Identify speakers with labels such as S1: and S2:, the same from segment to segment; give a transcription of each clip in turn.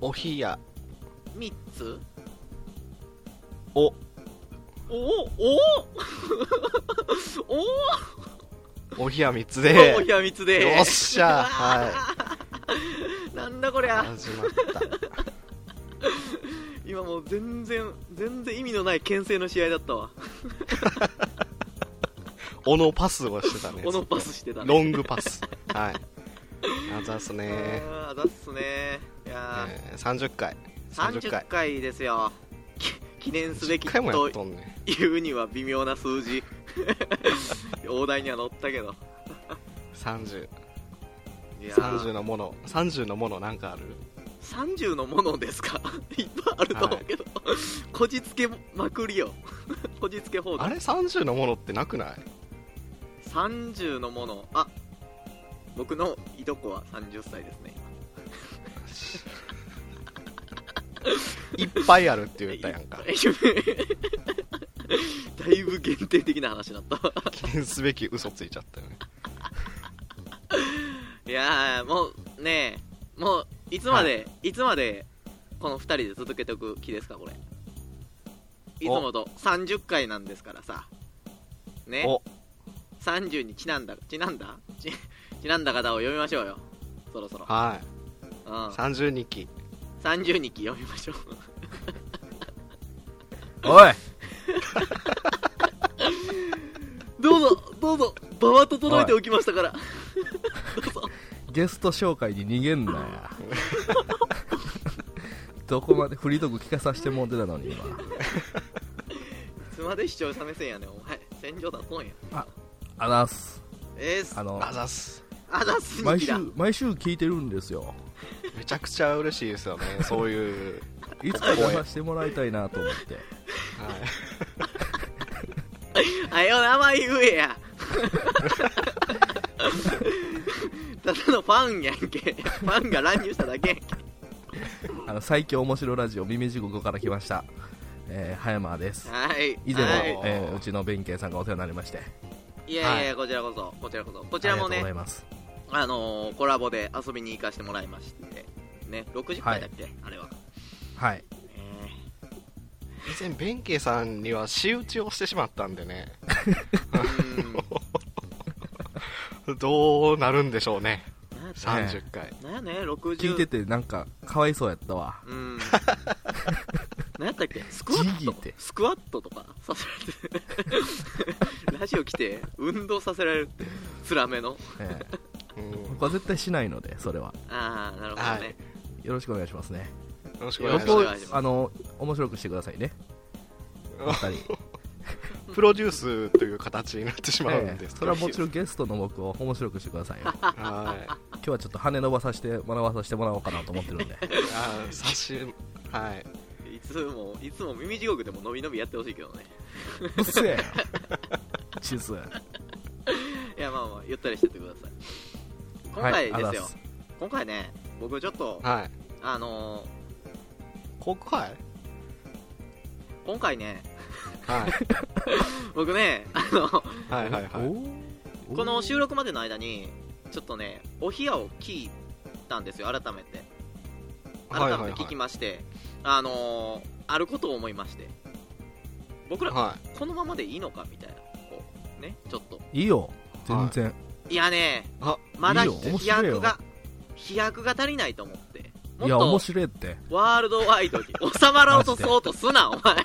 S1: お
S2: おひや、
S1: 三つ
S2: お、
S1: おおおお
S2: おひや3つで
S1: お、ひやみつで
S2: よっしゃ
S1: うわーなんだこりゃ
S2: 始まった。
S1: 今もう全然全然意味のない牽制の試合だったわ
S2: オノパスをしてたね。
S1: オノパスしてたね
S2: ロングパス。はい。あざっすね、
S1: あーだっすねいやー
S2: えー30回。
S1: 30回。ですよき記念すべき
S2: 1回もやっ
S1: と
S2: とんね。
S1: 言うには微妙な数字 大台には乗ったけど
S2: 30。
S1: いやー
S2: 30のもの。30のものなんかある
S1: 30のものですか いっぱいあると思うけど、こじつけまくりよ こじつけ放
S2: あ
S1: 題
S2: れ30のものってなくない
S1: 30のものあ僕のいとこは30歳ですね
S2: いっぱいあるって言ったやんか
S1: だいぶ限定的な話だったわ
S2: 記念すべき嘘ついちゃったよね
S1: いやーもうねえもういつまで、い、つまでこの2人で続けておく気ですかこれいつもと30回なんですからさね
S2: お
S1: 30にちなんだちなんだちちなんだ方を読みましょうよそろそろ、
S2: はい
S1: うん、
S2: 32期
S1: 30日記読みましょう
S2: おい
S1: どうぞどうぞ場は整えておきましたから
S3: ゲスト紹介に逃げ んなよどこまでフリートーク聞かさせてもってたのに今
S1: いつまで視聴者目線やねんお前戦場だとんや
S3: あらす
S1: えー、す
S3: あの
S2: あざっす
S1: あざっすに
S3: 毎
S1: き
S3: 週
S1: だ
S3: 毎週聞いてるんですよ
S2: めちゃくちゃ嬉しいですよねそういう、
S3: いつか出させてもらいたいなと思って
S2: はい、
S1: あよ名前言え やただのファンやんけファンが乱入しただけやんけ
S3: あの最強面白ラジオ耳地獄から来ました、えー、葉山です
S1: はい
S3: 以前は、
S1: は
S2: お
S1: い、
S3: えーうちの弁慶さんがお世話になりまして
S1: いやいやこちらこそこちらこそこちらも
S3: ありがとうご
S1: ね
S3: ざいます
S1: あのーコラボで遊びに行かせてもらいましてね60回だっけ、あれ は、ね
S3: はい
S2: 以前弁慶さんには仕打ちをしてしまったんでね
S1: え、うん
S2: どうなるんでしょうね
S1: なんやった
S2: 30回、
S1: なんやね60
S3: 聞いててなんかかわいそうやったわ
S1: うん 何やったっけスクワ
S3: ジ
S1: ッ
S3: ギ
S1: ト
S3: ーって
S1: スクワットとかさせられて ラジオ来て運動させられるって辛めの
S3: ええ
S2: うん、よ
S3: 僕は絶対しないのでそれは
S1: ああなるほどね、
S2: はい
S3: よろしくお願いしますね
S2: ろしくお願いし
S1: 僕
S3: 僕
S1: を
S3: を
S2: ま
S1: 願いします
S3: あの面白くしてくださ いねお二人
S2: すプロデュースという形になってしまうん
S3: え
S2: で
S3: え
S2: す
S3: そ
S2: け
S3: れ
S2: ど、
S3: はもちろんゲストの僕を 面白くしてく ださいよ今
S2: はい
S3: 日はちょっと羽伸ばさせて学ばさせてもらおうかなと思ってるん で
S2: あー差しはい
S1: いつもいつも耳地獄でものびのびやってほしいけどね
S3: うっせ えよチズ
S1: いやまあまあゆったりしてってください今回ですよ、
S3: あざっす
S1: 今回ね僕ちょっと
S2: はい
S1: あの
S2: 告白
S1: ー今回ね
S2: はい
S1: 僕ねあの
S2: はいはいはい
S3: おー
S1: この収録までの間にちょっとねお冷やを聞いたんですよ改めて改
S2: はいはいはい
S1: めて聞きまして、あのーあることを思いまして僕ら
S2: は
S1: このままでいいのかみたいなこうねちょっと
S3: いいよ全然、
S1: いやね
S2: あ
S1: まだ
S3: いい
S1: 飛
S3: よ面
S1: 飛
S3: 白いよ
S1: 躍が飛躍が足りないと思っても
S3: いや面
S1: っと
S3: 白いって
S1: ワールドワイドに収まろうとそうとすなお前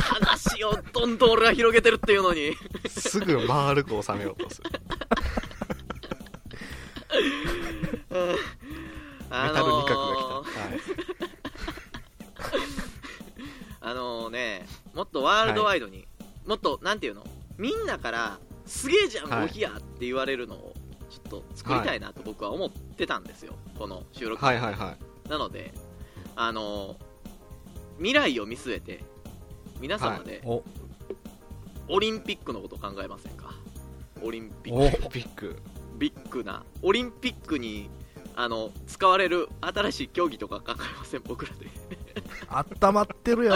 S1: 話をどんどん俺が広げてるっていうのに
S2: いすぐ丸く収めようとするメ
S1: あ
S2: タル
S1: の
S2: 味覚が来
S1: ー
S2: た、はい
S1: あのね、もっとワールドワイドに、もっと、なんていうの、みんなから、すげえじゃん、
S2: はい
S1: おひやって言われるのを、ちょっと作りたいなと僕は思ってたんですよ、この収録。
S2: はいはいはい
S1: なので、あの未来を見据えて、皆様で、
S3: お
S1: オリンピックのこと考えませんか。オリンピッ
S3: お
S2: ビッグ
S1: ク、ビッグな、オリンピックに、あの、使われる新しい競技とか考えません、僕らで。
S3: あったまってるよ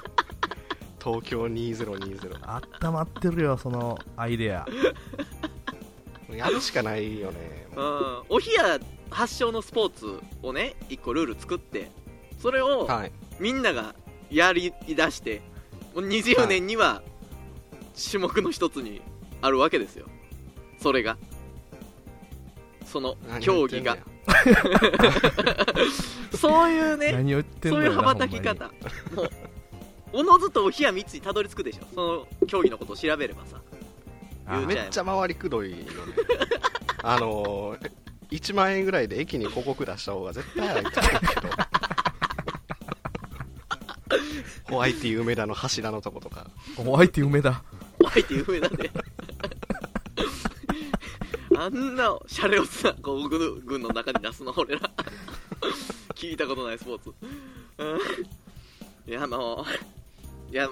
S2: 東京2020
S3: あったまってるよそのアイデア
S2: やるしかないよね
S1: うん、おひや発祥のスポーツをね一個ルール作ってそれを
S2: はい。
S1: みんながやりだしてもう20年には種目の一つにあるわけですよそれがその競技が
S2: 何言ってんね
S1: そういうね
S3: 何を言ってん
S1: そ
S3: の
S1: ういう
S3: よな
S1: 羽ばたき
S3: ほんま
S1: 方もうおのずと冷や道にたどり着くでしょその競技のことを調べればさ
S3: に
S1: 言う
S2: やめ
S1: じゃん
S2: っちゃ回りくどいよね。 あのー、1万円ぐらいで駅に広告出した方が絶対早いと思う けど。ホワイティ梅田の柱のとことか。
S3: お相手梅だ
S1: 怖いって有名なん であんなシャレオツなこう軍軍の中に出すの俺ら聞いたことないスポーツうんいやあのいや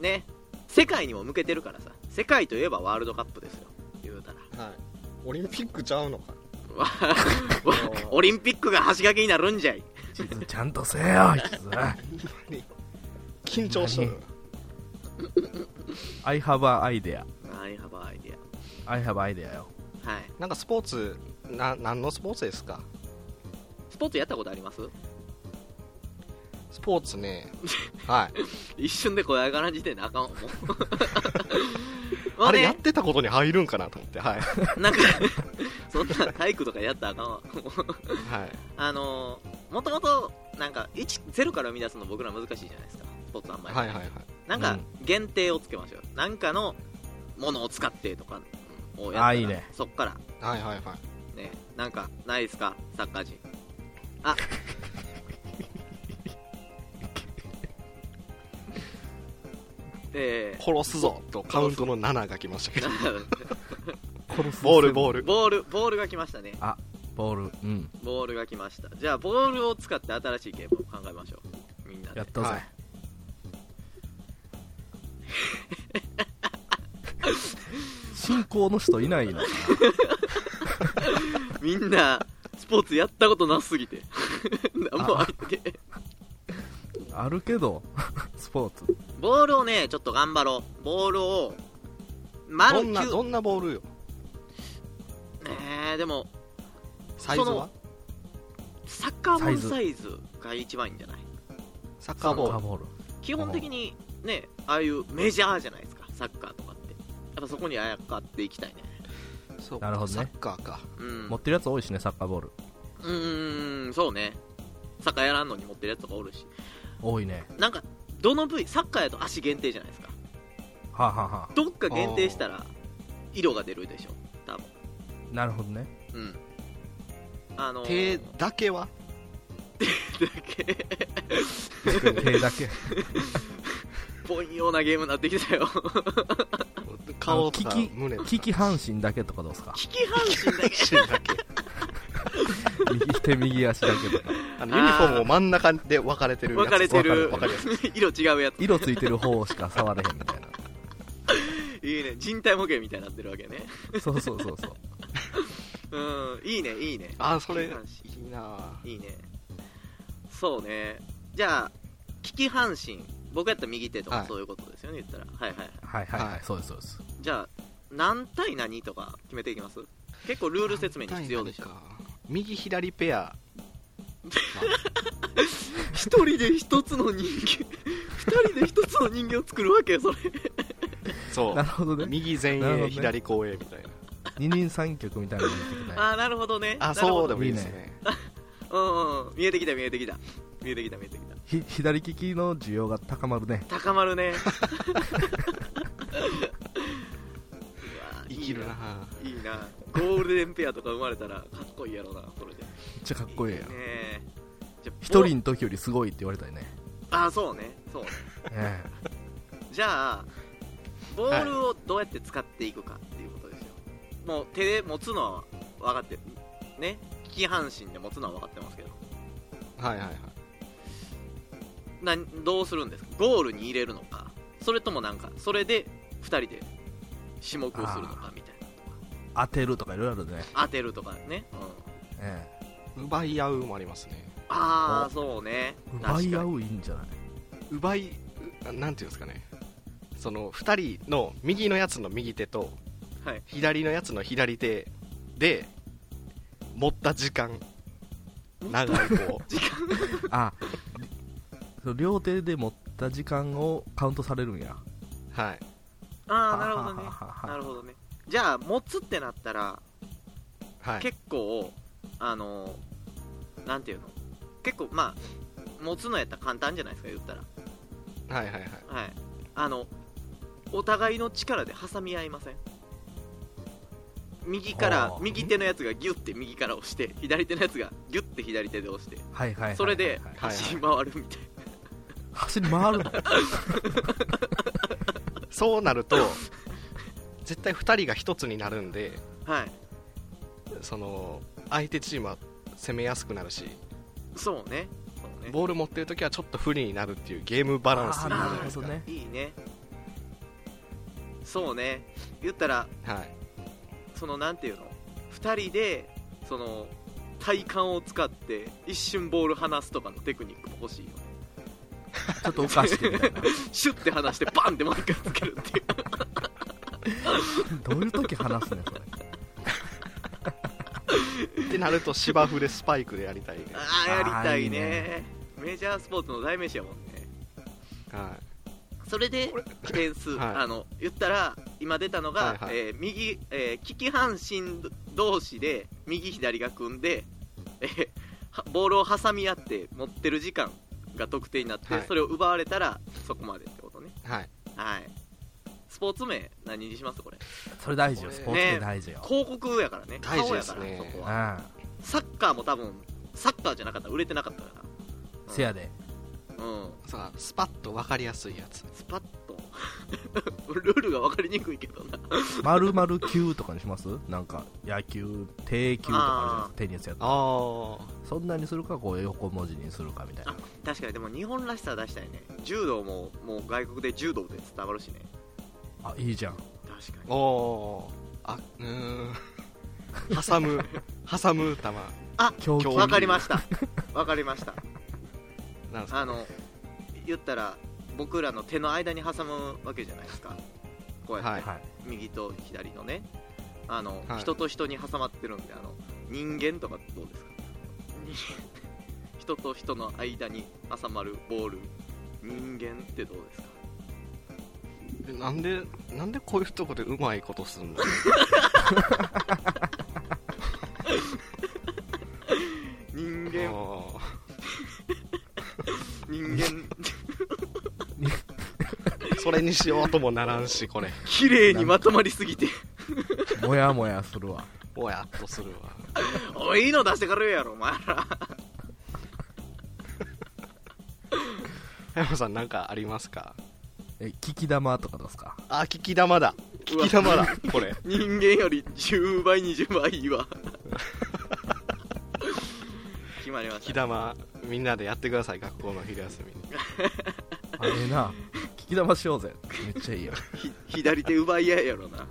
S1: ね世界にも向けてるからさ世界といえばワールドカップですよ言 うたら
S2: はい。オリンピックちゃうのか。
S1: わわオリンピックが橋掛けになるんじゃい
S3: 地図ちゃんとせえよ 地図
S2: 緊張しとる。
S3: I have an idea
S1: アイハバアイディ
S3: I have an idea よ
S1: アはい
S2: なんかスポーツ、な、何のスポーツですか
S1: スポーツやったことあります
S2: スポーツ ね。はい。
S1: 一瞬でこれ上がらん時点であか んわもうま
S2: あ
S1: ね
S2: れやってたことに入るんかなと思って。はい。
S1: なんかそんな体育とかやったらあかんわ
S2: はい。
S1: あのー、もともとなんか10から生み出すの僕ら難しいじゃないですかスポーツあんまり、
S2: はいはいはい。
S1: なん
S3: う
S1: か
S3: ん
S1: 限定をつけましょうなんかのものを使ってとかをやったら
S3: あいいね
S1: そっから
S2: はいはいはい。
S1: ねなんかないですかサッカー陣 あえ
S2: 殺すぞとカウントの7が来ましたけ
S1: ー、
S2: ど。
S1: なんか
S3: 殺す
S2: ボールボー
S3: ル
S2: ル。
S1: ボールボールが来ましたね
S3: ボールうん
S1: ボールが来ましたじゃあボールを使って新しいゲームを考えましょうみんなで
S3: やったぜ
S2: はい
S3: 信仰の人いないの
S1: みんなスポーツやったことなすぎて 何もあって
S3: あるけど スポーツ
S1: ボールをねちょっと頑張ろうボールを丸
S2: ど
S1: 9
S2: んな、どんなボールよ。
S1: ねえでも
S2: サイズ
S1: そ
S2: は
S1: のサッカーボールサイズが一番いいんじゃない
S2: サッカーボー
S3: カー
S2: ル。
S3: ボール
S1: 基本的にねああいうメジャーじゃないですかサッカーとかってやっぱそこにあやかっていきたいね
S2: そう
S3: なるほどね
S2: サッカーか。
S1: うん
S3: 持ってるやつ多いしねサッカーボール
S1: うーんそうねサッカーやらんのに持ってるやつとかおるし
S3: 多いね
S1: なんかどの部位サッカーやと足限定じゃないですか
S3: はあ、はあは
S1: どっか限定したら色が出るでしょ多分
S3: あ、なるほどね
S1: うんあの
S2: 手
S1: ー、
S2: だけは
S1: だけ
S3: 手だけ
S1: 凡庸なゲームになってきたよ
S2: 顔と
S3: 利
S2: か
S3: き
S2: 胸とか
S3: 利き半身だけとかど うですか
S1: 利き半身だけ
S2: 足だけ
S3: 右手右足だけとか
S2: あのユニフォームを真ん中で分かれてるやつ
S1: 分かれてる
S2: 分かる分か
S1: 色違うやつ
S3: 色ついてる方しか触れへんみたい
S1: いいね人体模型みたいになってるわけね
S3: なそうそうそうそう
S1: うんいいねいいね
S2: あーそれ
S1: 利
S2: い
S1: き半
S2: いなぁ
S1: 身いいねそうねじゃあ利き半身僕やったら右手と
S2: は
S1: か
S2: い
S1: そういうことですよね、言ったらはいはいはい
S3: はいはい、はい
S2: はい
S3: そうですそうです
S1: じゃあ何対何とか決めていきます結構ルール説明に必要でしょ
S2: 反対何か右左ペア
S1: 一人で一つの人間二人で一つの人間を作るわけよそ れ
S2: そ
S3: なるほど
S2: う
S3: ね
S2: 右前
S3: なるほど
S2: 衛
S3: ね
S2: 左後衛みたいな
S3: 二人三脚みたいなのやってきたい
S1: ああなるほどね
S2: あ
S1: なる
S2: そ
S1: ほ
S2: う
S1: ど
S2: でもいいですね
S1: うん、うん、見えてきた見えてきた見えてきた見えてきた
S3: ひ左利きの需要が高まるね
S1: 高まるね うわ
S2: 生きるなぁ
S1: いいないいなゴールデンペアとか生まれたらかっこいいやろなそれで
S3: めっちゃかっこいいやん
S1: ねえじゃあ
S3: 一人の時よりすごいって言われたいね
S1: ああそうねそうね
S3: え
S1: じゃあボールをどうやって使っていくかっていうことですよ、もう手で持つのは分かってね利き半身で持つのは分かってますけど
S2: はいはいはい
S1: などうするんですかゴールに入れるのかそれともなんかそれで2人で種目をするのかみたいな
S3: え当てるとかいろいろあるね、
S1: 当てるとかね、うん、
S3: え
S2: 奪い合うもありますね
S1: ああそうね
S3: え奪い
S1: 確
S3: 合
S1: か
S3: ういいんじゃない
S2: 奪いうなんていうんですかねその2人の右のやつの右手と
S1: はい
S2: 左のやつの左手で持った時間長いこう
S3: あそう両手で持った時間をカウントされるんや
S2: はい
S1: ああなるほどね
S3: はははは
S1: なるほどねじゃあ持つってなったら
S2: はい
S1: 結構あのなんていうの結構まあ持つのやったら簡単じゃないですか言ったら
S2: はいはいはい
S1: はいあのお互いの力で挟み合いません右か
S3: あ
S1: ら
S3: ー
S1: 右手のやつがギュッて右から押して左手のやつがギュッて左手で押して
S3: はいはいはいはいはい
S1: それで
S2: はい
S1: 走り回るみたい
S3: 走り回るの
S2: そうなると絶対2人が1つになるんで
S1: なはい
S2: その相手チームは攻めやすくなるし
S1: そうねそうね
S2: ボール持ってる時はちょっと不利になるっていうゲームバランスになるじゃないですか
S3: あーなる
S1: いいねそうね言ったら
S2: はい
S1: そのなんていうの2人でその体幹を使って一瞬ボール離すとかのテクニックも欲しいよね
S3: ちょっとおかしてみたいな
S1: シュッて離してバンってもう一回つけるっ ていう
S3: どういう時話すねそれ
S2: ってなると芝生でスパイクでやりたいね、
S1: ああやりたいねメジャースポーツの代名詞やもんね
S2: は
S1: それで点数、
S2: はい
S1: あの言ったら今出たのが、
S2: はいはい
S1: えー右、えー利き半身同士で右左が組んで、えーはボールを挟み合って持ってる時間が得点になって、
S2: はい
S1: それを奪われたらそこまでってことね
S2: い、はい、
S1: はいスポーツ名何にしますこれ
S3: それ大事よスポーツで大事よ、
S1: 広告やからね
S2: 大事
S1: 顔
S2: で
S1: や
S2: す
S1: か
S2: ね
S1: ら、そこ
S3: う
S1: は
S3: ん
S1: サッカーも多分サッカーじゃなかったら売れてなかったか
S3: せやで
S1: らうん
S2: さあスパッと分かりやすいやつ
S1: スパッと ルールが分かりにくいけどな
S3: 丸々球とかにしますなんか野球低球とかあるじゃないですかテニスやったら
S2: あ
S3: そんなにするかこう横文字にするかみたいな
S1: あ確かにでも日本らしさ出したいね柔道ももう外国で柔道で伝わるしね
S3: あいいじゃん
S1: 確か
S2: あお
S1: に
S2: おあうーん 挟む挟む球
S1: あ
S3: 競技
S2: 競
S1: わかりました わかりました
S2: なんですか
S1: あの言ったら僕らの手の間に挟むわけじゃないですかこうやって、
S2: はい
S3: はい
S1: 右と左のねあの、
S2: はい
S1: 人と人に挟まってるんであの人間とかどう ですか人間人と人の間に挟まるボール人間ってどうですか
S2: なんでなんでこういうとこでうまいことすんの
S1: 人
S2: あ
S1: 間
S2: ー
S1: 人間
S2: それにしようともならんしこれ
S1: 綺麗にまとまりすぎて
S3: もやもやするわ
S2: ぼやっとするわ
S1: おいいいの出してからやろお前ら
S2: 早山さんなんかありますか
S3: え聞き玉とかどうですか
S2: あ聞き玉だ聞き玉 だこれ
S1: 人間より10倍20倍いい わ決まりま
S2: 聞き
S1: した
S2: 玉みんなでやってください学校の昼休みに
S3: あれな 聞き玉しようぜめっちゃいいよ
S1: ひ左手奪い合いやろな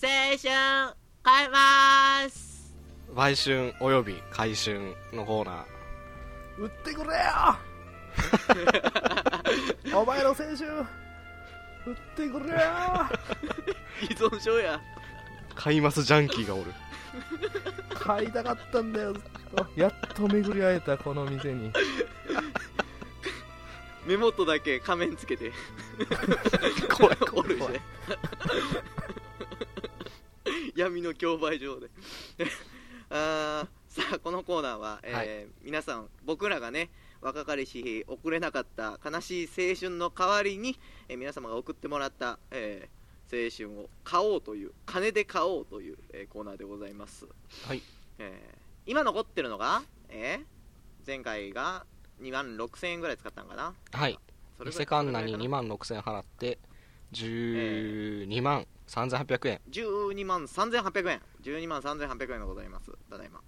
S1: 青春変えます
S2: 売春および回春のコーナー
S3: 売ってくれよ お前の青春売ってくれよ
S1: 依存症や
S2: 買いますジャンキーがおる
S3: 買いたかったんだよずっとやっと巡り会えたこの店に
S1: 目元だけ仮面つけて
S2: 怖い
S1: お
S2: 怖い
S1: る
S2: 怖い
S1: で 闇の競売場で あーさあこのコーナーは、えー
S2: はい
S1: 皆さん僕らがね若かりし送れなかった悲しい青春の代わりに、えー皆様が送ってもらった、えー青春を買おうという金で買おうという、えーコーナーでございます、
S2: はい
S1: えー今残ってるのが、えー前回が2万6000円ぐらい使ったんかな
S2: はい
S1: それ
S2: 伊
S1: ぐら
S2: 勢
S1: いか
S2: 神
S1: な
S2: 奈に2万6000払って12万3800円
S1: 12万3800円12万3800円でございますただいま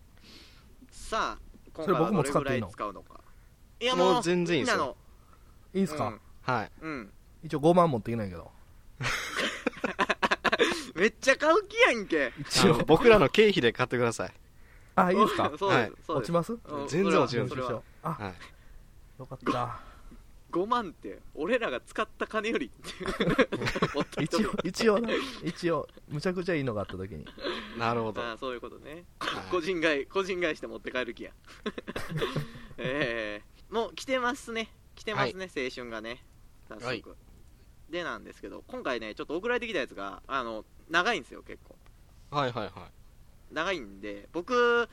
S1: さあ今回は
S3: それ僕
S1: ど
S3: も
S1: れ
S3: 使
S1: ぐ
S3: って
S1: ら
S3: いい
S1: い
S3: の
S1: 使うのかいや
S2: もう全然いいですよ
S3: い
S1: み
S3: いん
S1: ん
S3: す
S1: な
S3: か、
S1: の
S2: はい
S1: うん、うん
S3: 一応5万持ってきないけど
S1: めっちゃ買う気やんけ
S2: あ
S3: 一
S2: の
S3: 応
S2: 僕らの経費で買ってください
S3: あいいですか
S1: そうです、
S2: はい
S1: そう
S3: 落
S1: で
S3: ち
S1: す
S3: ます
S1: うん
S2: 全然落ちる
S1: それはそれは
S3: あ
S2: はい
S3: よかった
S1: 5万って俺らが使った金 より もったいと
S3: 一応一応な一応むちゃくちゃいいのがあった時に
S2: なるほど
S1: ああそういうことね
S2: はい
S1: 個人買い個人買いして持って帰 る気やええもう来てますね来てますね、青春がね早速、
S2: はい
S1: でなんですけど今回ねちょっと送られてきたやつがあの長いんですよ結構
S2: はいはいはい
S1: 長いんで僕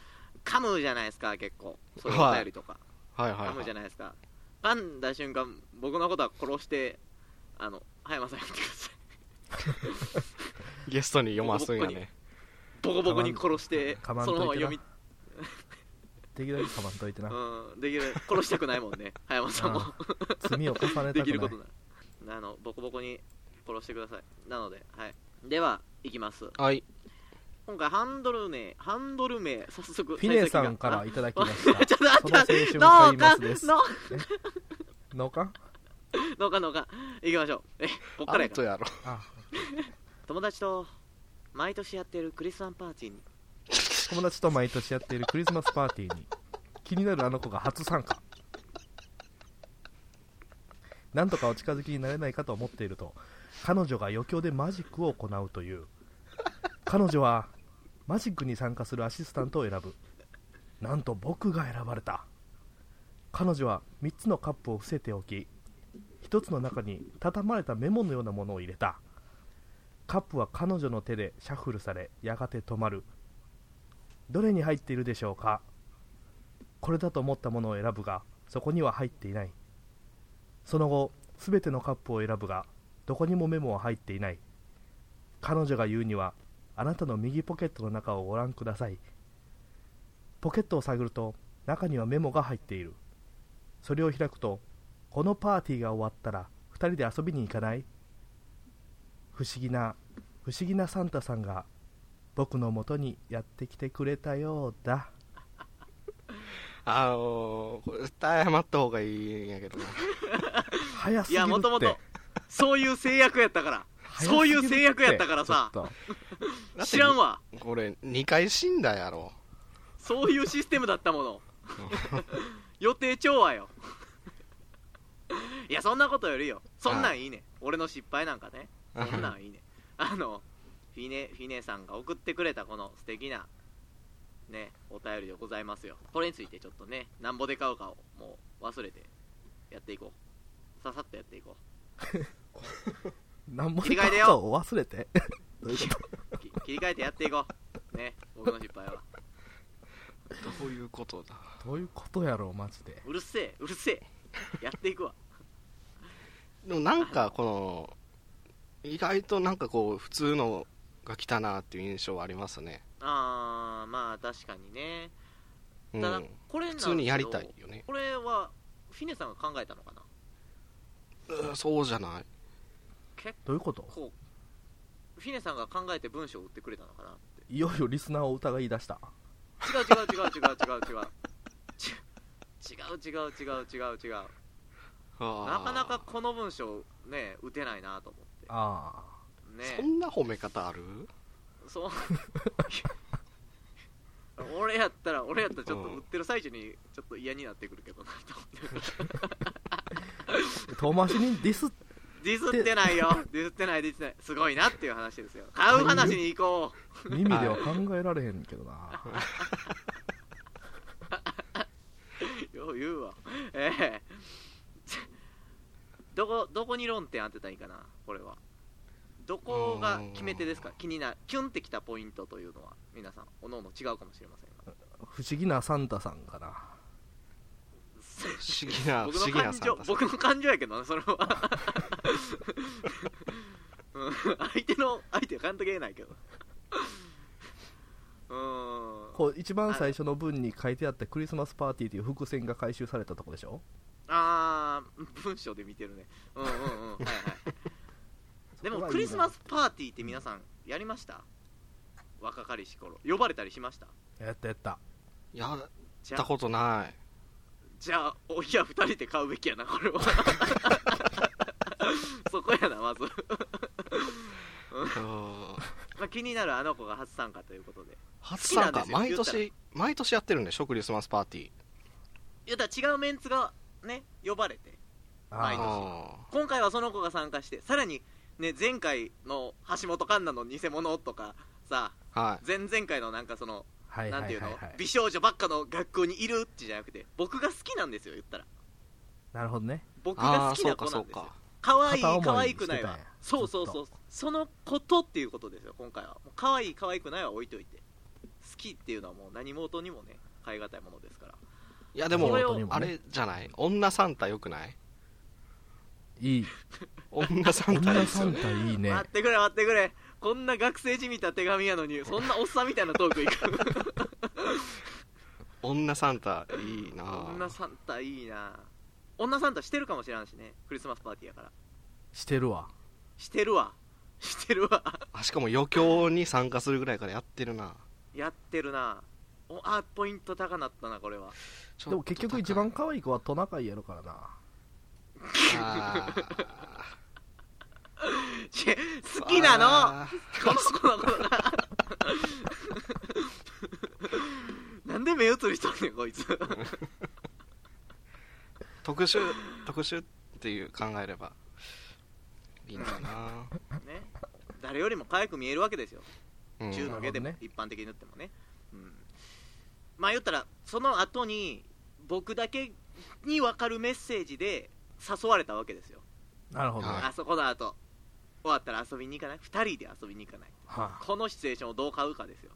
S1: 噛むじゃないですか結構そういうお便りとか、
S2: はいはい
S1: 噛む
S2: は
S1: じゃ
S2: い
S1: ないですか噛んだ瞬間僕のことは殺してあの葉山さんやめてください
S2: ゲストに読ますんやね
S1: ボコボコに殺してそ
S3: 噛
S1: の
S3: まんと
S1: ま
S3: いて
S1: ま読
S3: な
S1: み、
S3: できるだけかまんといてな
S1: うん、できる殺したくないもんね葉山さんも
S3: あ罪を重ねたくない
S1: できることならあのボコボコに殺してくださいなので、はい、ではいきます
S2: はい
S1: 今回ハンドル名ハンドル名早速
S3: フィネさんか
S1: あ
S3: らいただきまし た
S1: ちょっと待
S3: その青
S1: って
S3: 春
S1: 農
S3: 買い
S1: 家
S3: ますです
S1: 農
S3: 農家
S1: 農家農家行きましょうえこっか
S2: ア
S1: ら
S2: ウ
S1: やか
S2: ト
S1: ら
S2: やろ
S3: あ
S1: 友達と毎年やってるクリスマスパーティーに
S3: 友達と毎年やっているクリスマスパーティーに気になるあの子が初参加なんとかお近づきになれないかと思っていると彼女が余興でマジックを行うという彼女はマジックに参加するアシスタントを選ぶなんと僕が選ばれた彼女は3つのカップを伏せておき1つの中に畳まれたメモのようなものを入れたカップは彼女の手でシャッフルされやがて止まるどれに入っているでしょうかこれだと思ったものを選ぶがそこには入っていないその後すべてのカップを選ぶがどこにもメモは入っていない彼女が言うにはあなたの右ポケットの中をご覧くださいポケットを探ると中にはメモが入っているそれを開くとこのパーティーが終わったら2人で遊びに行かない不思議な不思議なサンタさんが僕のもとにやってきてくれたようだ
S2: あのー、これ絶対謝った方がいいんやけどな
S3: 早す
S1: い
S3: ぎるっ
S1: や
S3: て
S1: もともとそういう制約やったから
S3: 早すぎる
S1: そ
S3: って
S1: ういう制約やったからさ
S3: ちょっ
S2: だって
S1: 知らんわ
S2: これ2回死んだやろ
S1: そういうシステムだったもの予定調和よいやそんなことよりよそんなんいいね俺の失敗なんかねそんなんいいねあのフィネフィネさんが送ってくれたこの素敵なねお便りでございますよこれについてちょっとねなんぼで買うかをもう忘れてやっていこうささっとやっていこ
S3: となんも
S1: 切り替えてよ
S3: かを忘れて どういうこ
S1: うき切り替えてやっていこうね僕の失敗は
S2: どういうことだ
S3: とどういうことやろうマジで
S1: うるせえうるせえやっていくわ
S2: でもなんかこの意外となんかこう普通のが来たなっていう印象はありますね、
S1: あーまあ確かにね
S2: うん、
S1: ただこれなん
S2: 普
S1: ですけど
S2: 通にやりたいよね
S1: これはフィネさんが考えたのかな
S2: うんそうじゃない
S1: 結
S3: どういうこと
S1: 構フィネさんが考えて文章を打ってくれたのかない
S3: よいよリスナーを疑い出した
S1: 違う違う違う違う違う違うち違う違う違う違う違う
S2: な
S1: なかなかこの文章ね打てないなと思
S3: あ
S1: って
S2: そ
S1: ね
S2: んな褒め方ある
S1: そう 俺やったら俺やったらちょっと
S2: うん
S1: 打ってる最中にちょっと嫌になってくるけどなと思って
S3: あ遠回しにディス
S1: ディスってないよディスってないディスってないすごいなっていう話ですよ買う話に行こう
S3: 耳では考えられへんけどな
S1: よう言うわええどこどこに論点当てたらいいかなこれはどこが決め手ですか気になるキュンってきたポイントというのは皆さんおのおの違うかもしれませんが
S3: 不思議なサンタさんかな
S2: 不思議な
S1: 僕
S2: 不思議
S1: の
S2: な
S1: 感
S2: サン
S1: 情
S2: タさん
S1: 僕の感情やけどねそれはうん相手の相手は監督言えないけどうーん
S3: こう一番最初の文に書いてあったクリスマスパーティーという伏線が回収されたとこでしょ
S1: あー文章で見てるねうんうんうんはいはいでもクリスマスパーティーって皆さんやりました若かりし頃呼ばれたりしました
S3: やったやった
S2: やっ
S1: じゃ
S2: た
S1: あ
S2: ことない
S1: じゃあおいや2人で買うべきやなこ れはそこやなまず、
S2: うん
S1: まあ、気になるあの子が初参加ということで
S2: 初参
S1: 好
S2: 加
S1: きなん
S2: 毎
S1: ですよ言
S2: 年毎年やってるんでしょクリスマスパーティー
S1: 言うたら違うメンツがね呼ばれて毎年
S2: あ
S1: 今回はその子が参加してさらにね前回の橋本環奈の偽物とかさ
S2: あは
S1: 前々回のなんかその
S3: はい
S1: なん
S3: は
S1: て
S3: い
S1: いう
S3: は
S1: の
S3: いはい
S1: 美少女ばっかの学校にいるってじゃなくて僕が好きなんですよ言ったら
S3: なるほどね
S2: い
S1: 僕
S2: あ
S1: が
S2: あ
S1: 好き
S2: そう
S1: な子
S2: か
S1: な
S2: そ
S1: ん
S2: う
S1: ですよ
S2: か
S1: 可愛い
S3: 片思い
S1: 可愛くない
S3: し
S1: は
S3: てたんや
S1: そうそうそうそのことっていうことですよ今回はもう可愛い可愛くないは置いといて好きっていうのはもう何事にもね変え難いものですから
S2: いやで
S1: こ
S2: も
S1: れを
S3: 妹にもね
S2: あれじゃない女サンタよくない
S3: いい
S2: 女サンタ
S3: 女
S2: です
S3: サ
S2: よ
S3: ン
S2: ね
S3: タいいね
S1: 待ってくれ待ってくれこんな学生じみた手紙やのにそんなおっさんみたいなトークいく
S2: 女サンタいいな
S1: 女サンタいいな女サンタしてるかもしらんしねクリスマスパーティーやから
S3: してるわ
S1: してるわしてるわ
S2: あしかも余興に参加するぐらいからやってるな
S1: やってるなおあポイント高なったなこれは
S2: ちょっと
S3: でも結局一番可愛い子はトナカイやるからな
S2: あー
S1: し 好きなの
S2: あー
S1: この子のことななんで目移りしとんねんこいつ
S2: 特殊特殊っていう考えればいいんだな、
S1: ね誰よりも可愛く見えるわけですよ
S2: うん、
S1: 銃の
S3: ゲ
S1: 毛でも、
S3: なるほ
S1: 一般的に塗ってもね、うん、まあ言ったらその後に僕だけに分かるメッセージで誘われたわけですよ、
S3: なるほどね
S2: はい
S1: あそこの後終わったら遊びに行かない2人で遊びに行かない
S3: は
S1: このシチュエーションをどう買うかですよ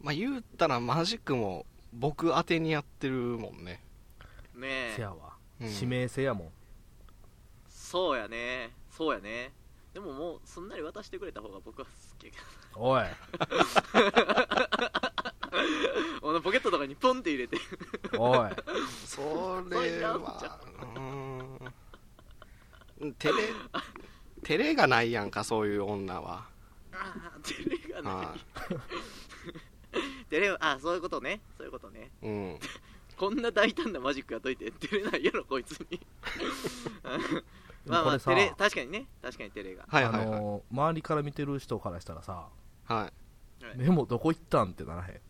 S2: まあ言うたらマジックも僕宛てにやってるもんね、
S3: あ
S1: ね
S3: せ
S1: え
S3: やわ
S2: うん
S3: 指名制やもん
S1: そうやねそうやねでももうすんなり渡してくれた方が僕は好きやけ
S3: おい
S1: どこのポケットとかにポンって入れて
S3: おい
S2: そ
S1: それ
S2: れ
S1: やんち
S2: はうん照れ照れがないやんかそういう女は
S1: ああ 照れがな
S2: はい
S1: 照れはああそういうことねそういうことね
S2: いうん
S1: こんな大胆なマジックやっといて照れないやろこ いつ にまあま
S3: こ
S1: あ
S3: れさ
S1: 照れ確かにね確かに照れが
S2: はい
S3: あ
S2: はいはい、
S3: のー周りから見てる人からしたらさ
S2: はい
S3: メモどこ行ったんってならへん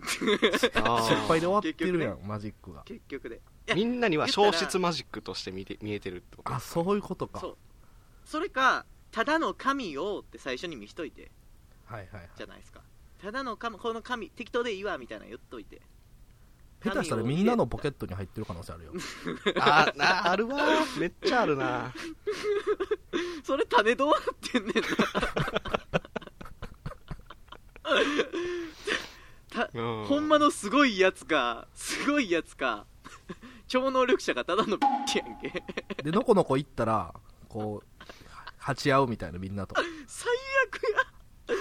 S2: あー
S3: 失敗で終わってるやん、マジックが
S1: 結局で
S2: みんなには消失マジックとして見て見えてるってこと
S3: あそういうことか
S1: そうそれかただの神をって最初に見しといて
S3: はいはいはい
S1: じゃないですかただの神この神適当でいいわみたいなの言っといて
S3: 下手したらみんなのポケットに入ってる可能性あるよ
S2: あああるわめっちゃあるな
S1: それ種どうな ってんねんなた
S2: うん
S1: ほんまのすごいやつかすごいやつか 超能力者がただのビッチやんけ
S3: でのこのこ行ったらこう鉢合うみたいなみんなと
S1: 最悪や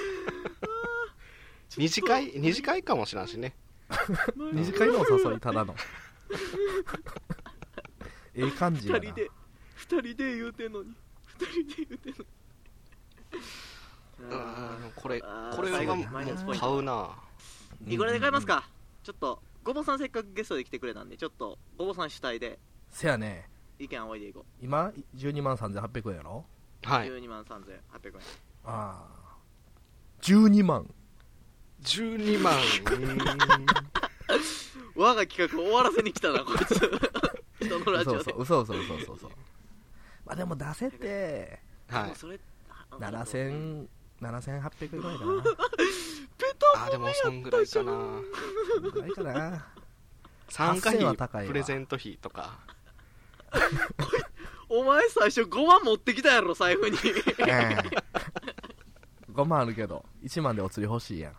S2: 二次会二次会かもしらんしね
S3: 二次会のお誘いただのええ感じや
S1: 2
S3: な
S1: 人で2人で言うてんのに2人で言うてんのにあ
S2: うんこれ
S1: あー
S2: これはもう
S1: マイナスポイント
S2: 買うな
S3: うん
S1: ーいくらで買いますかちょっとごぼさんせっかくゲストで来てくれたんでちょっとごぼさん主体で
S3: せやね
S1: 意見をおいでいこ
S3: 今12万3800円やろ
S1: う、
S2: はい
S1: 12万3800円
S3: ああ12万
S2: 12万
S1: 我が企画終わらせに来たなこいつ人のラジ
S3: そ
S1: オで
S3: うそうそうそうそうそうそうまあでも出せて
S2: はい
S1: もそれあ
S3: 7000 7800円ぐらいか
S2: あーでもそんぐらいかな
S3: なぐらい かな
S2: 参加
S3: 8000は高
S2: 費
S3: いわ
S2: プレゼント費とか
S1: お前最初5万持ってきたやろ財布に
S3: うん5万あるけど1万でお釣り欲しいやん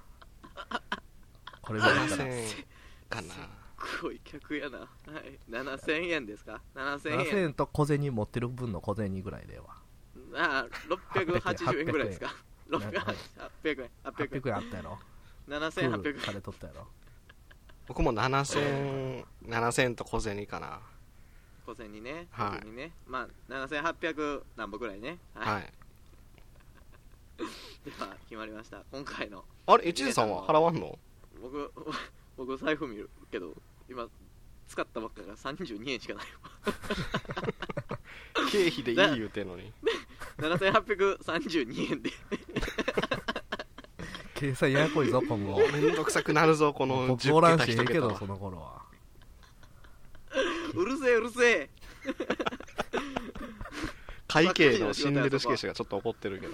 S3: これぐらいだから
S2: 7000かな
S1: 黒い客やな、はい、7000円ですか7000円
S3: 7000円と小銭持ってる分の小銭ぐらいでええわ
S1: ああ680円ぐらいですか
S3: 円
S1: 680 800円800
S3: 800円あったやろ
S1: 円
S3: プー
S1: 7800
S3: ル
S1: 円
S3: 金取ったやろ
S2: 僕も7000 7000と小銭かな
S1: 小銭にね
S2: はい
S1: 小銭にねまあ7800何本ぐらいねはい、
S2: はい
S1: では決 まりました今回の
S2: あれ一時さんは払わんの
S1: 僕 僕財布見るけど今使ったばっかが32円しかない
S2: 経費でいい言うてんのに
S1: 7832円で
S3: 計算ややこいぞ今後
S2: めんどくさくなるぞこの
S3: 僕お
S2: 10
S3: らん
S2: 桁
S3: しええ
S2: 1
S3: け
S2: 桁
S3: ど
S2: は
S3: その頃は
S1: うるせえうるせえ
S2: 会計のシンデレ死刑囚がちょっと怒ってるけど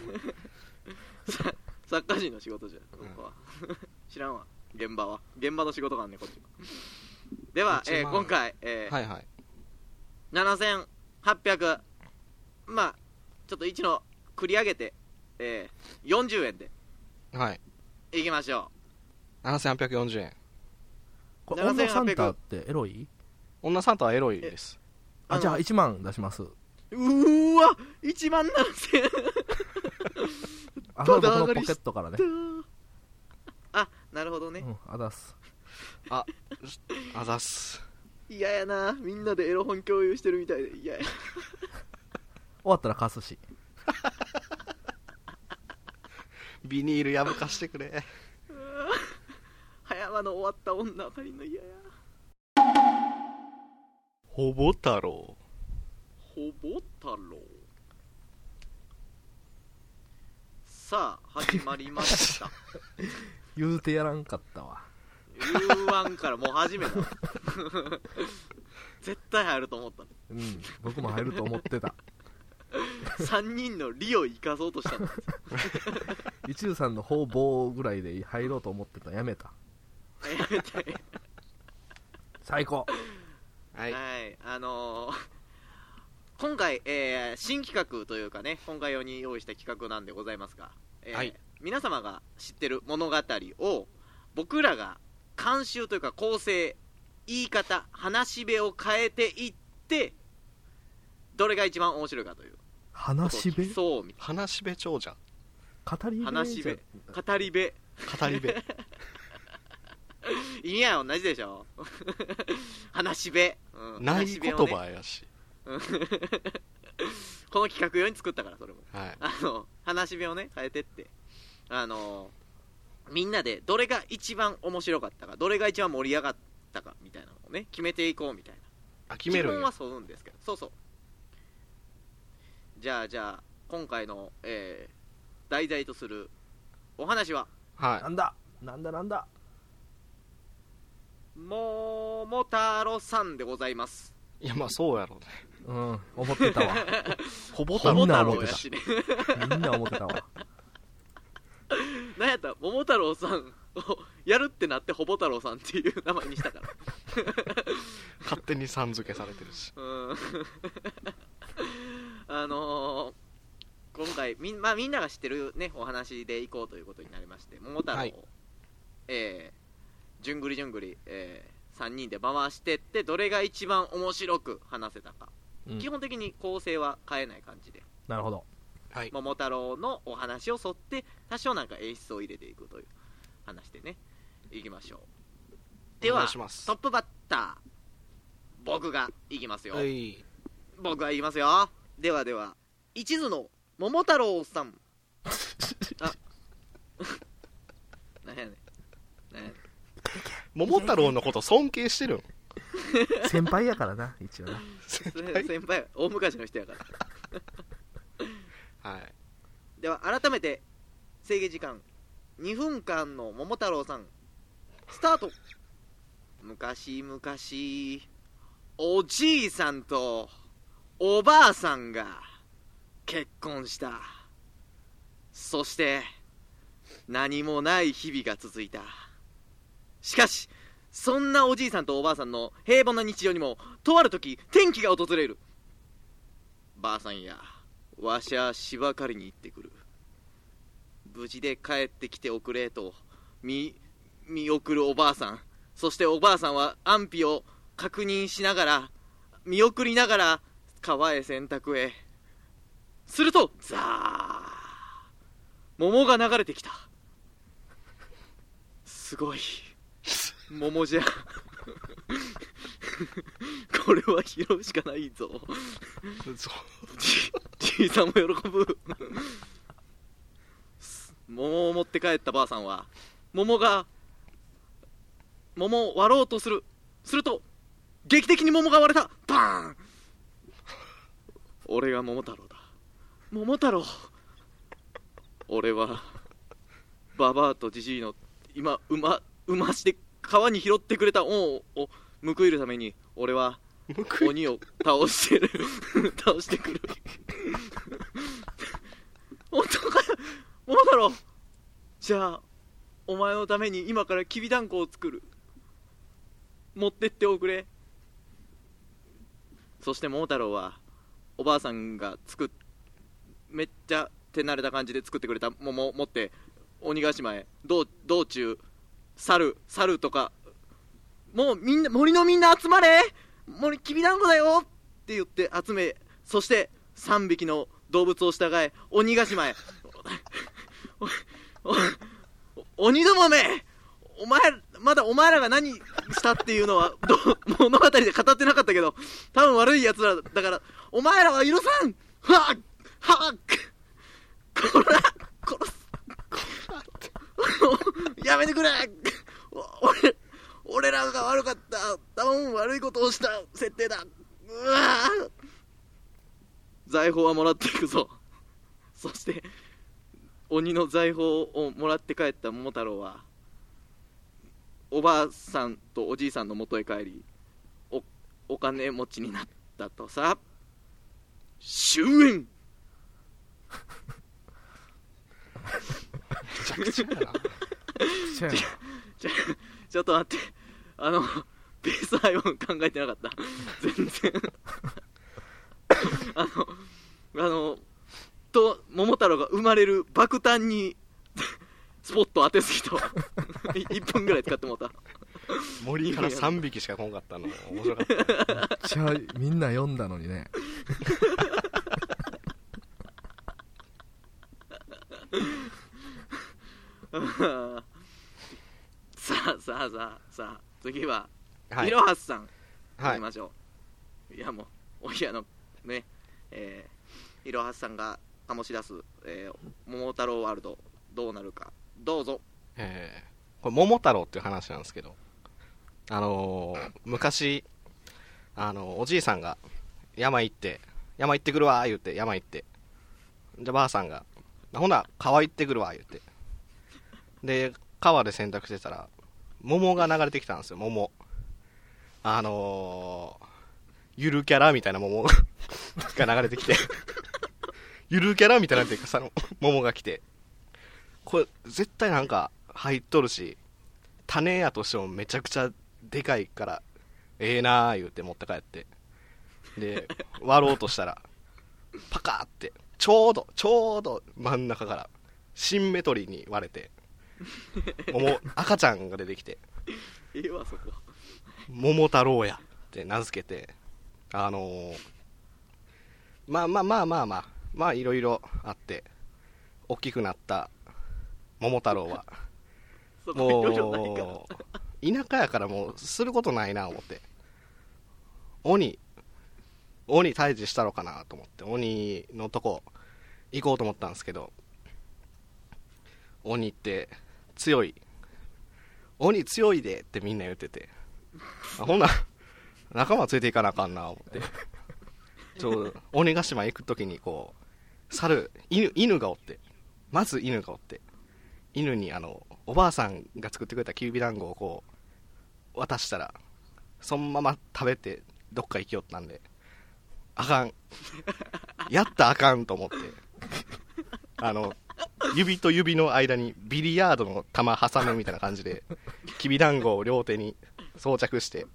S1: 作家人の仕事じゃん僕は 知らんわ現場は現場の仕事があんねんこっちはでは、え
S2: 一
S1: ー
S2: 万
S1: 今回、えー
S2: はいはい
S1: 7800まあちょっと1の繰り上げて、えー40円で
S2: はい
S1: いきましょ
S2: 7840円
S3: これ
S1: 7800
S3: 女サンタってエロい
S2: 女サンタはエロいです
S1: あ
S3: あ
S1: の
S3: じゃあ1万出します
S1: ううーわ1万7000円
S3: あそれ
S1: ただ
S3: 僕
S1: 上が
S3: の
S1: り
S3: ポケットからね
S1: あなるほどね
S3: うんあざっす
S2: あざっす
S1: 嫌やなみんなでエロ本共有してるみたいで嫌や
S3: 終わったら貸すし
S2: ビニール破かしてくれ
S1: 葉山の終わった女あかりの嫌や
S2: ほぼ太郎
S1: ほぼ太郎さあ始まりました
S3: 言うてやらんかったわ
S1: U1 からもう始めた絶対入ると思ったの
S3: うん僕も入ると思って た
S1: 3人の利を生かそうとしたの
S3: 一流さんの方々ぐらいで入ろうと思ってたやめた
S1: やめて
S3: 最高
S2: は
S1: はいい、あのー 今回、えー新企画というかね今回用に用意した企画なんでございますが、えー
S2: はい
S1: 皆様が知ってる物語を僕らが監修というか構成言い方話し部を変えていってどれが一番面白いかという
S3: 話べ語
S1: そうみた
S2: 話しべ長者
S3: り部
S1: 話し部いな語り部
S2: 語り部
S1: 意味は同じでしょ 話し部、うん、
S2: ない
S1: 話し部
S2: 言
S1: をね
S2: 葉やし、
S1: うんこの企画用に作ったからそれも
S2: はい
S1: あの話し目をね変えてってあのみんなでどれが一番面白かったかどれが一番盛り上がったかみたいなのをね決めていこうみたいな
S2: あ決める
S1: 基
S2: ん
S1: 本
S2: や
S1: はそうなんですけどそうそうじゃあじゃあ今回の、えー題材とするお話は
S2: は
S3: なんだなんだなんだ
S1: 「桃太郎さん」でございます
S2: いいやまあそうやろね
S3: うん思ってた わ
S2: ほぼ太郎
S1: 桃太
S3: な思っ
S1: 郎
S3: て
S1: や
S3: た
S1: しね
S3: みんな思ってたわ
S1: なんやったら桃太郎さんをやるってなってほぼ太郎さんっていう名前にしたから
S2: 勝手にさん付けされてるし
S1: うん あのー今回み,、まあ、みんなが知ってる、ね、お話でいこうということになりまして桃太郎を、
S2: はい
S1: えーじゅんぐりじゅんぐり、え3人で回してってどれが一番面白く話せたか、
S3: うん
S1: 基本的に構成は変えない感じで
S3: なるほど
S2: はい
S1: 桃太郎のお話を沿って多少なんか演出を入れていくという話でねいきましょうで
S2: お願
S1: はい
S2: し
S1: ト
S2: ます
S1: ップバッター僕がいきますよ、
S2: はい
S1: 僕は言いますよではでは一途の桃太郎さんあなんやねんなんやねん
S2: 桃太郎のこと尊敬してるん
S3: 先輩やからな一応 な
S2: 先
S1: それ
S2: 輩
S1: 先輩大昔の人やから
S2: はい
S1: では改めて制限時間2分間の桃太郎さんスタート昔々おじいさんとおばあさんが結婚したそして何もない日々が続いたしかしそんなおじいさんとおばあさんの平凡な日常にもとある時転機が訪れるばあさんやわしゃ芝刈りに行ってくる無事で帰ってきておくれと見見送るおばあさんそしておばあさんは安否を確認しながら見送りながら川へ洗濯へするとザー桃が流れてきたすごい桃じゃ これは拾うしかないぞ
S2: そ
S1: じじいさんも喜ぶ桃を持って帰ったばあさんは桃が桃を割ろうとするすると劇的に桃が割れたバーン俺が桃太郎だ桃太郎俺はババアとじじいの今馬馬して川に拾ってくれた恩をを報いるために俺は
S2: う報い
S1: 鬼を倒してる 倒してくる本当かよ桃太郎じゃあお前のために今からきびだんこを作る持ってっておくれそして桃太郎はおばあさんが作っめっちゃ手慣れた感じで作ってくれた桃を持って鬼ヶ島へ道道中猿猿とかもうみんな森のみんな集まれ森きびだんごだよって言って集めそして3匹の動物を従え鬼ヶ島へおお鬼どもめお前まだお前らが何したっていうのはど物語で語ってなかったけど多分悪いやつらだからお前らは許さんはっはっこら殺すやめてくれお俺俺らが悪かった多分悪いことをした設定だうわー財宝はもらっていくぞ そして鬼の財宝をもらって帰った桃太郎はおばあさんとおじいさんの元へ帰りおお金持ちになったとさ終焉
S2: めちゃくちゃやな
S3: せやな
S1: ちょ ちょっと待ってあのベース配分考えてな かった全然あのあのと桃太郎が生まれる爆誕にスポット当てすぎたわ1分ぐ らい使ってもうた
S2: 森から3匹しか来んかったの面白かった
S3: じゃあみんな読んだのにね
S1: さあさあさあさあ次は、、
S2: はいい
S1: ろはすさん
S2: はい
S1: 行きましょう、い、やもうお部屋のねえーいろはすさんが醸し出す、えー桃太郎ワールドどうなるかどうぞ
S2: えーこれ桃太郎っていう話なんですけどあのー昔あのおじいさんが山行って山行ってくるわー言うて山行ってじゃあばあさんがほな川行ってくるわー言うてで川で洗濯してたら桃が流れてきたんですよ桃あのーゆるキャラみたいな桃が流れてきて ゆるキャラみたいなっていうかその桃が来てこれ絶対なんか入っとるし種やとしてもめちゃくちゃでかいからええなあ言うて持って帰ってで割ろうとしたらパカーってちょうどちょうど真ん中からシンメトリーに割れて桃赤ちゃんが出てきて
S1: ええわそこ
S2: 桃太郎やって名付けてあのーまあまあまあまあまあまあいろいろあって大きくなった桃太郎は
S1: そこいろいろないから
S2: もう田舎やからもうすることないな思って鬼鬼退治したろかなと思って鬼のとこ行こうと思ったんですけど鬼って強い鬼強いでってみんな言っててあほんな仲間ついていかなあかんな思ってちょうど鬼ヶ島行く時にこう猿犬犬がおってまず犬がおって犬にあのおばあさんが作ってくれたきびだんごをこう渡したらそのまま食べてどっか行きよったんであかんやったらあかんと思ってあの指と指の間にビリヤードの玉挟むみたいな感じできびだんごを両手に装着して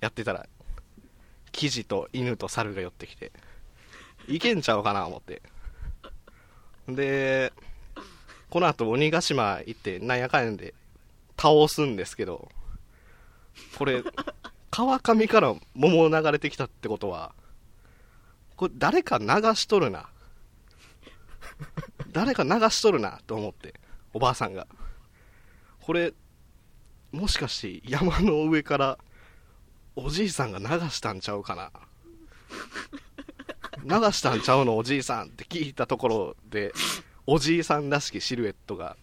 S2: やってたら生地と犬と猿が寄ってきていけんちゃうかな思ってでこの後鬼ヶ島行ってなんやかんやで倒すんですけどこれ川上から桃流れてきたってことはこれ誰か流しとるな誰か流しとるなと思っておばあさんがこれもしかして山の上からおじいさんが流したんちゃうかな流したんちゃうのおじいさんって聞いたところでおじいさんらしきシルエットが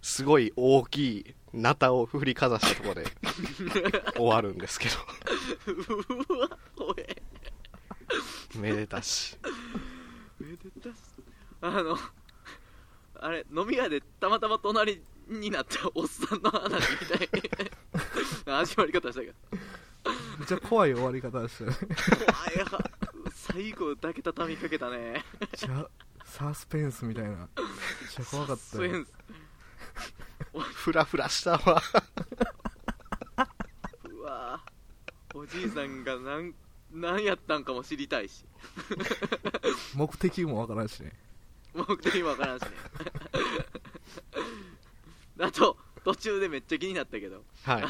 S2: すごい大きいナタを振りかざしたところで終わるんですけ
S1: うわ怖え
S2: どめでたし
S1: めでたしあのあれ飲み屋でたまたま隣になったおっさんの話みたい始まり方したけど
S3: めっちゃ怖い終わり方でしたね
S1: 怖いは最後だけ畳みかけたね
S3: ちゃサスペンスみたいなめっちゃ怖かった
S1: そうい
S3: よ
S1: うんす
S2: フラフラしたわ。
S1: うわぁおじいさんがなんなんやったんかも知りたいし
S3: 目的もわからんしね
S1: 目的もわからんしね あと途中でめっちゃ気になったけど
S2: はい。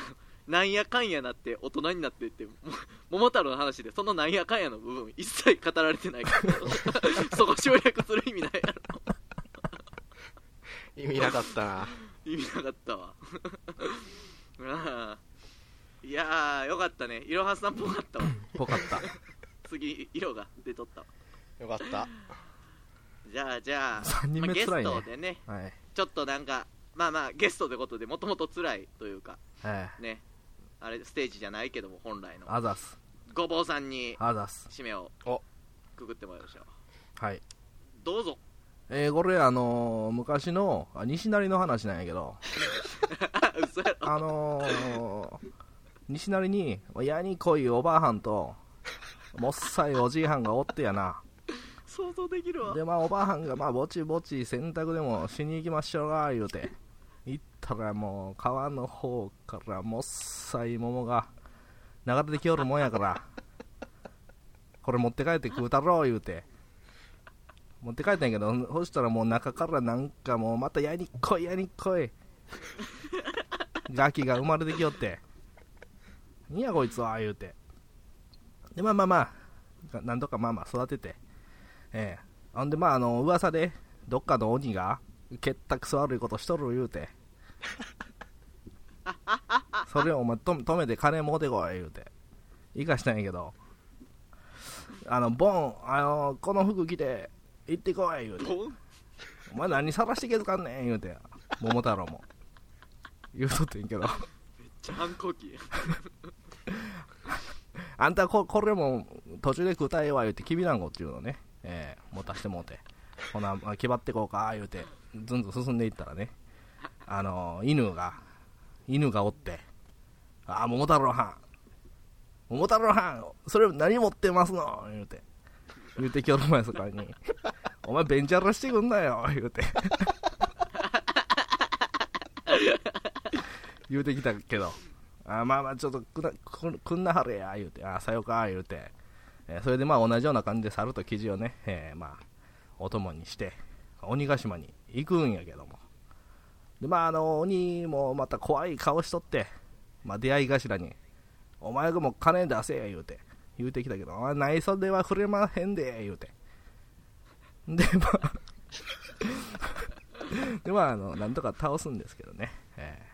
S1: なんやかんやなって大人になってっても桃太郎の話でそのなんやかんやの部分一切語られてないから そこ省略する意味ないやろ
S2: 意味なかったな。
S1: 意味なかったわ ああいやーよかったねいろはさんっぽかったわ
S3: ぽかった
S1: 次色が出とったわ
S2: よかった。
S1: じゃあじゃあ
S3: 三人目
S1: まあゲス
S3: 辛いね
S1: トでね
S3: はい
S1: ちょっとなんかまあまあゲストってことでもともと辛いというか
S3: はい
S1: ねあれステージじゃないけども本来の
S3: あざす
S1: ごぼうさんに
S3: あざす
S1: 締めを
S2: お
S1: くぐってもらいましょう
S3: はい
S1: どうぞ
S3: えー、これあのー昔のあ西成の話なんやけど
S1: あ嘘やろ
S3: あのー、西成に親に来いおばあはんともっさいおじいはんがおってやな
S1: 想像できるわ
S3: でまあおばあはんがまあぼちぼち洗濯でもしに行きましょうが言うて行ったらもう川の方からもっさい桃が流れてきよるもんやからこれ持って帰って食うたろう言うて持って帰ったんやけどそしたらもう中からなんかもうまたやにっこいやにっこいガキが生まれてきよってにやこいつは言うてでまあまあまあなんとかまあまあ育ててええ。ほんで、まあ、あの、噂で、どっかの鬼が、結託くそ悪いことしとる言うて。それをお前と止めて金持ってこい言うて。いかしたんやけど。あの、ボン、あの、この服着て、行ってこい言うて。
S1: ボン
S3: お前何晒してけとかんねん言うて。桃太郎も。言うとってんけど。
S1: めっちゃ反抗期
S3: あんたここれも途中で食うたええわ言うてきびだんごっていうのをね、えー、持たしてもうてほなまあ気張ってこうか言うてずんずん進んでいったらねあのー犬が犬がおってああ桃太郎はん桃太郎はんそれ何持ってますの言うて言うてきょる前そこに お前ベンチャラしてくんなよ言うて 言うてきたけどあまあまあちょっとくなくんくんなはれや言うてあさよか言うて、えーそれでまあ同じような感じで猿と生地をね、えーまあお供にして鬼ヶ島に行くんやけどもでまああの鬼もまた怖い顔しとって、まあ、出会い頭に「お前がもう金出せ」言うて言うてきたけど「お前内装では触れまへんで」言うてでまあ でまああのなんとか倒すんですけどね、えー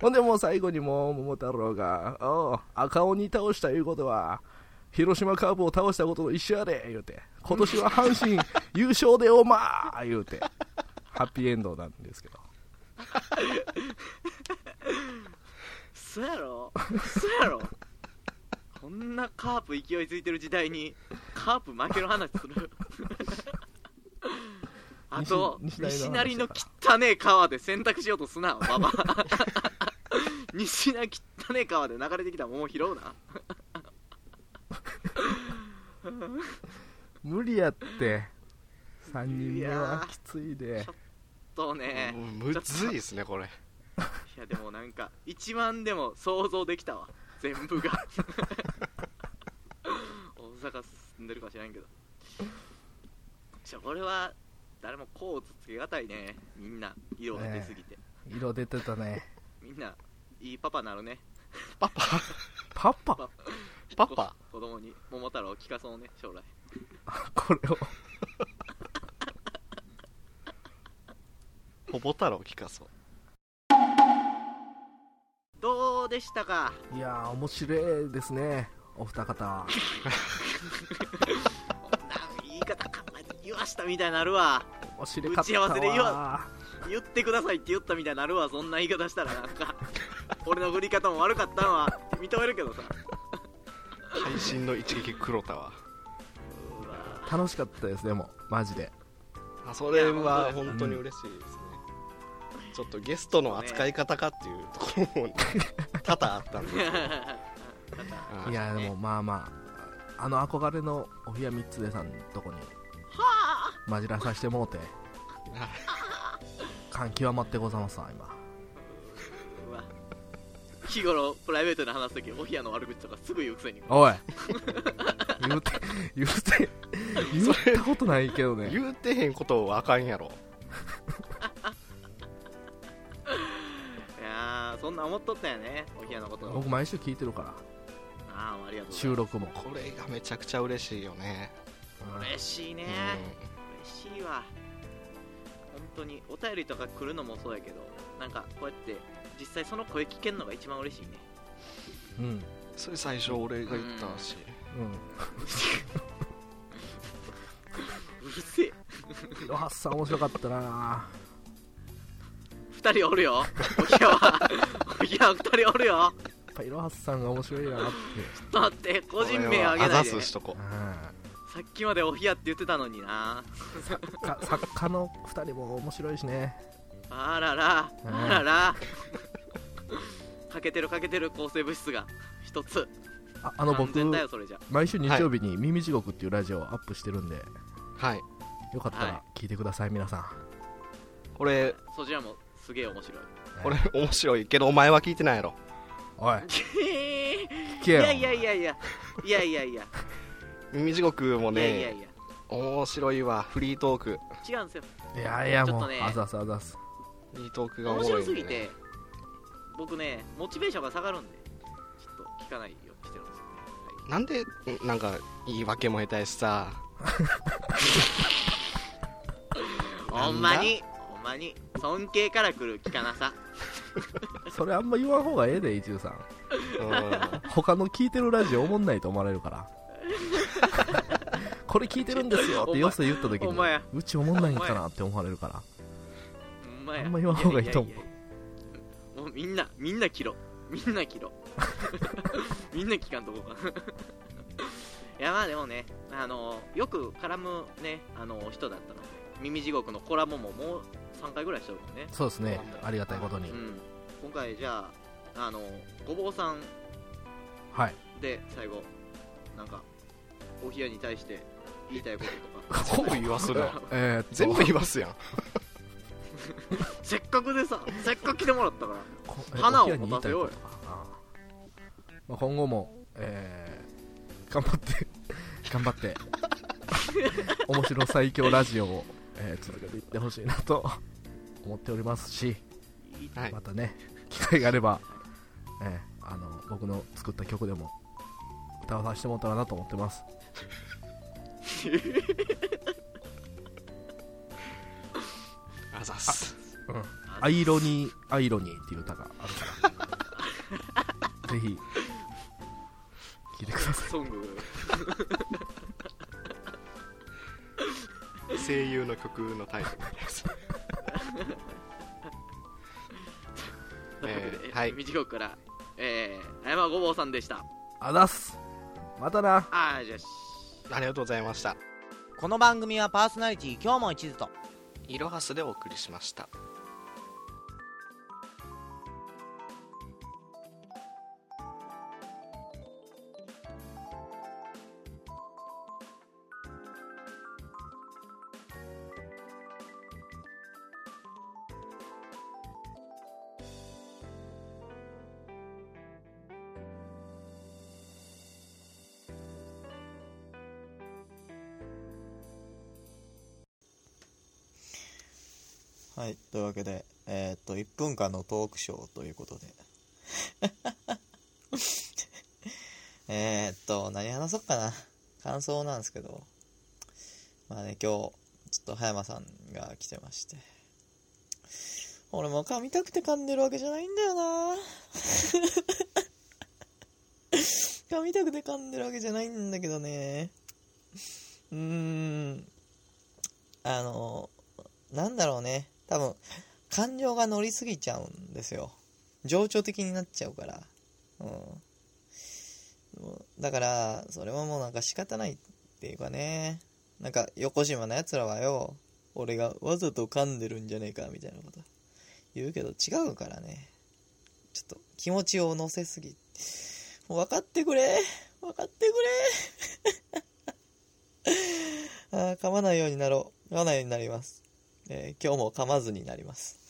S3: ほんでもう最後にもう桃太郎が、おう赤鬼倒したいうことは、広島カープを倒したことと一緒やで、言うて、今年は阪神優勝でおまー言うて、ハッピーエンドなんですけど。
S1: そやろそやろこんなカープ勢いづいてる時代にカープ負ける話す るあと
S3: 西
S1: 西
S3: 西成
S1: 成の
S3: の話だか
S1: 汚ねえ川で洗濯しようとすなババア 西成汚ねえ川で流れてきた桃拾うな
S3: 無理やって、3人
S1: い
S3: 目
S1: やー
S3: はきついで
S1: ちょ、とね
S2: むむずいですね、これ。
S1: いやでもなんか一番でも想像できたわ全 部が大阪住んでるかもしれんけどじゃあこれは誰もこうつけがたいねみんな色が出すぎて、
S3: 色出てたね。
S1: みんないいパパなるね
S2: パパ
S3: パパ
S2: パパ
S1: 子供に桃太郎を聞かそうね将来
S3: これを。
S2: ほぼ太郎聞かそう。
S1: どうでしたか
S3: いやー、面白いですね、お二方は。
S1: こんなん言い方考えて言わしたみたいになるわ
S3: 面白かった
S1: 打ち合わせで言
S3: わ
S1: わ。言ってくださいって言ったみたいになるわそんな言い方したらなんか俺の振り方も悪かったのは認めるけどさ
S2: 配信の一撃黒田は。
S3: 楽しかったです、でも、マジで。
S2: あそれはい
S1: や
S2: 本当に嬉しいですね、ちょっとゲストの扱い方かっていうところも、ね、多々あったんでうん
S3: いやでもまあまああの憧れのお部屋三つでさんとこに混じらさせてもうて感極まってございますわ今
S1: うわ日頃プライベートで話すときお部屋の悪口とかすぐ言うくせに
S3: おい 言うて言うて言ったことないけどね
S2: 言うてへんことはあかんやろ
S1: いやーそんな思っとったよねお部屋のこと
S3: 僕毎週聞いてるから
S1: ああありがとうござい
S3: 収
S1: ま
S3: 録も
S2: これがめちゃくちゃ嬉しいよね、
S1: す嬉しいね、嬉しいわ本当にお便りとか来るのもそうやけどなんかこうやって実際その声聞けるのが一番嬉しいね
S3: うんうん
S2: うんそれ最初俺が言ったし、
S1: うるせえ
S3: うんロハスさん面白かったな
S1: 2人おるよお部屋 はお部屋は2人おるよ
S3: やっぱいろはすさんが面白いなって
S1: ちょっと待って個人名
S2: は
S1: あげ
S2: あ
S1: な
S2: ざ
S1: いで、ね、
S2: すしと
S1: さ
S2: こ
S3: う
S1: っきまでお部屋って言ってたのになん
S3: か作家の2人も面白いしね
S1: あらら
S3: うん
S1: あらら欠けてる欠けてる抗生物質が一つ
S3: ああの
S1: 完
S3: 僕
S1: 全だよそれじゃ
S3: 毎週日曜日に「耳地獄」っていうラジオをアップしてるんで、
S2: はい
S3: よかった
S1: はい
S3: ら聞いてください皆さん
S2: 俺
S1: そちらもすげえ面白い
S2: 俺面白いけどお前は聞いてないやろ
S3: おい聞
S1: い
S3: けよ
S1: やいやいやいやいやいやいや
S2: 耳地獄も
S1: いやいや
S2: ね
S1: いや
S2: 面白いわフリートーク
S1: 違うんですよ
S3: いやいや
S1: ちょっ
S3: も
S1: と
S3: う、
S1: ね
S3: あざすあざす
S2: フリートークがおも
S1: 面
S2: ろ
S1: 白
S2: いん
S1: す
S2: でね
S1: ぎて僕ねモチベーションが下がるんでちょっと聞かないようにしてるんですよね
S2: なんでなんか言い訳も下手やしさ
S1: はいほんまにほんまに尊敬からくる聞かなさ
S3: それあんま言わん方がええで一 流さん
S2: うん
S3: 他の聞いてるラジオおもんないと思われるからこれ聞いてるんですよってよそ言った時
S1: お前
S3: に
S1: や
S3: うちおもんないんかなって思われるから
S1: ほんまや
S3: あんま言わん方がいいと思う
S1: やややもうみんなみんな切ろみんな切ろみんな聞かんとこう かいやまあでもねあのよく絡むねあの人だったので耳地獄のコラボももう3回ぐらいしてるもんね
S3: そうですねありがたいことに、
S1: うん今回じゃああのごぼうさん
S3: はい
S1: で最後なんかお部屋に対して言いたいこと
S2: 全
S1: とか
S2: 部言わすな
S3: えーっと
S2: 全部言わすやん
S1: せっかくでさせっかく来てもらったから
S3: こ
S1: 花を
S3: えお部屋に
S1: 持たせようよ
S3: いたいことかああまあ、今後も、えー頑張って 頑張って 面白最強ラジオを、えー続けていってほしいなと思っておりますし
S1: いい
S2: はい
S3: またね機会があれば、えーあの僕の作った曲でも歌わさせてもらったらなと思ってます
S2: あざす
S3: 「アイロニーアイロニー」っていう歌があるからぜひ聴いてください
S1: ソング
S2: 声優の曲のタイトルです
S1: ということ
S2: え
S1: で、
S2: ーはい
S1: みちごから、えー、山ごぼうさんでした。
S3: あざっすまたな
S1: あー、じゃあし。
S2: ありがとうございました
S4: この番組はパーソナリティ今日も一途と
S2: いろはすでお送りしました
S5: はい、というわけで、えーっと、1分間のトークショーということで。 えーっと、何話そうかな。感想なんですけど。まあね、今日、ちょっと葉山さんが来てまして。俺も噛みたくて噛んでるわけじゃないんだよな 噛みたくて噛んでるわけじゃないんだけどね。うーん。あの、なんだろうね。多分、感情が乗りすぎちゃうんですよ。情緒的になっちゃうから。うん。もうだから、それはもうなんか仕方ないっていうかね。なんか、横島の奴らはよ、俺がわざと噛んでるんじゃねえか、みたいなこと言うけど違うからね。ちょっと気持ちを乗せすぎ。もう分かってくれ分かって くれあー噛まないようになろう噛まないようになります、えー今日も噛まずになります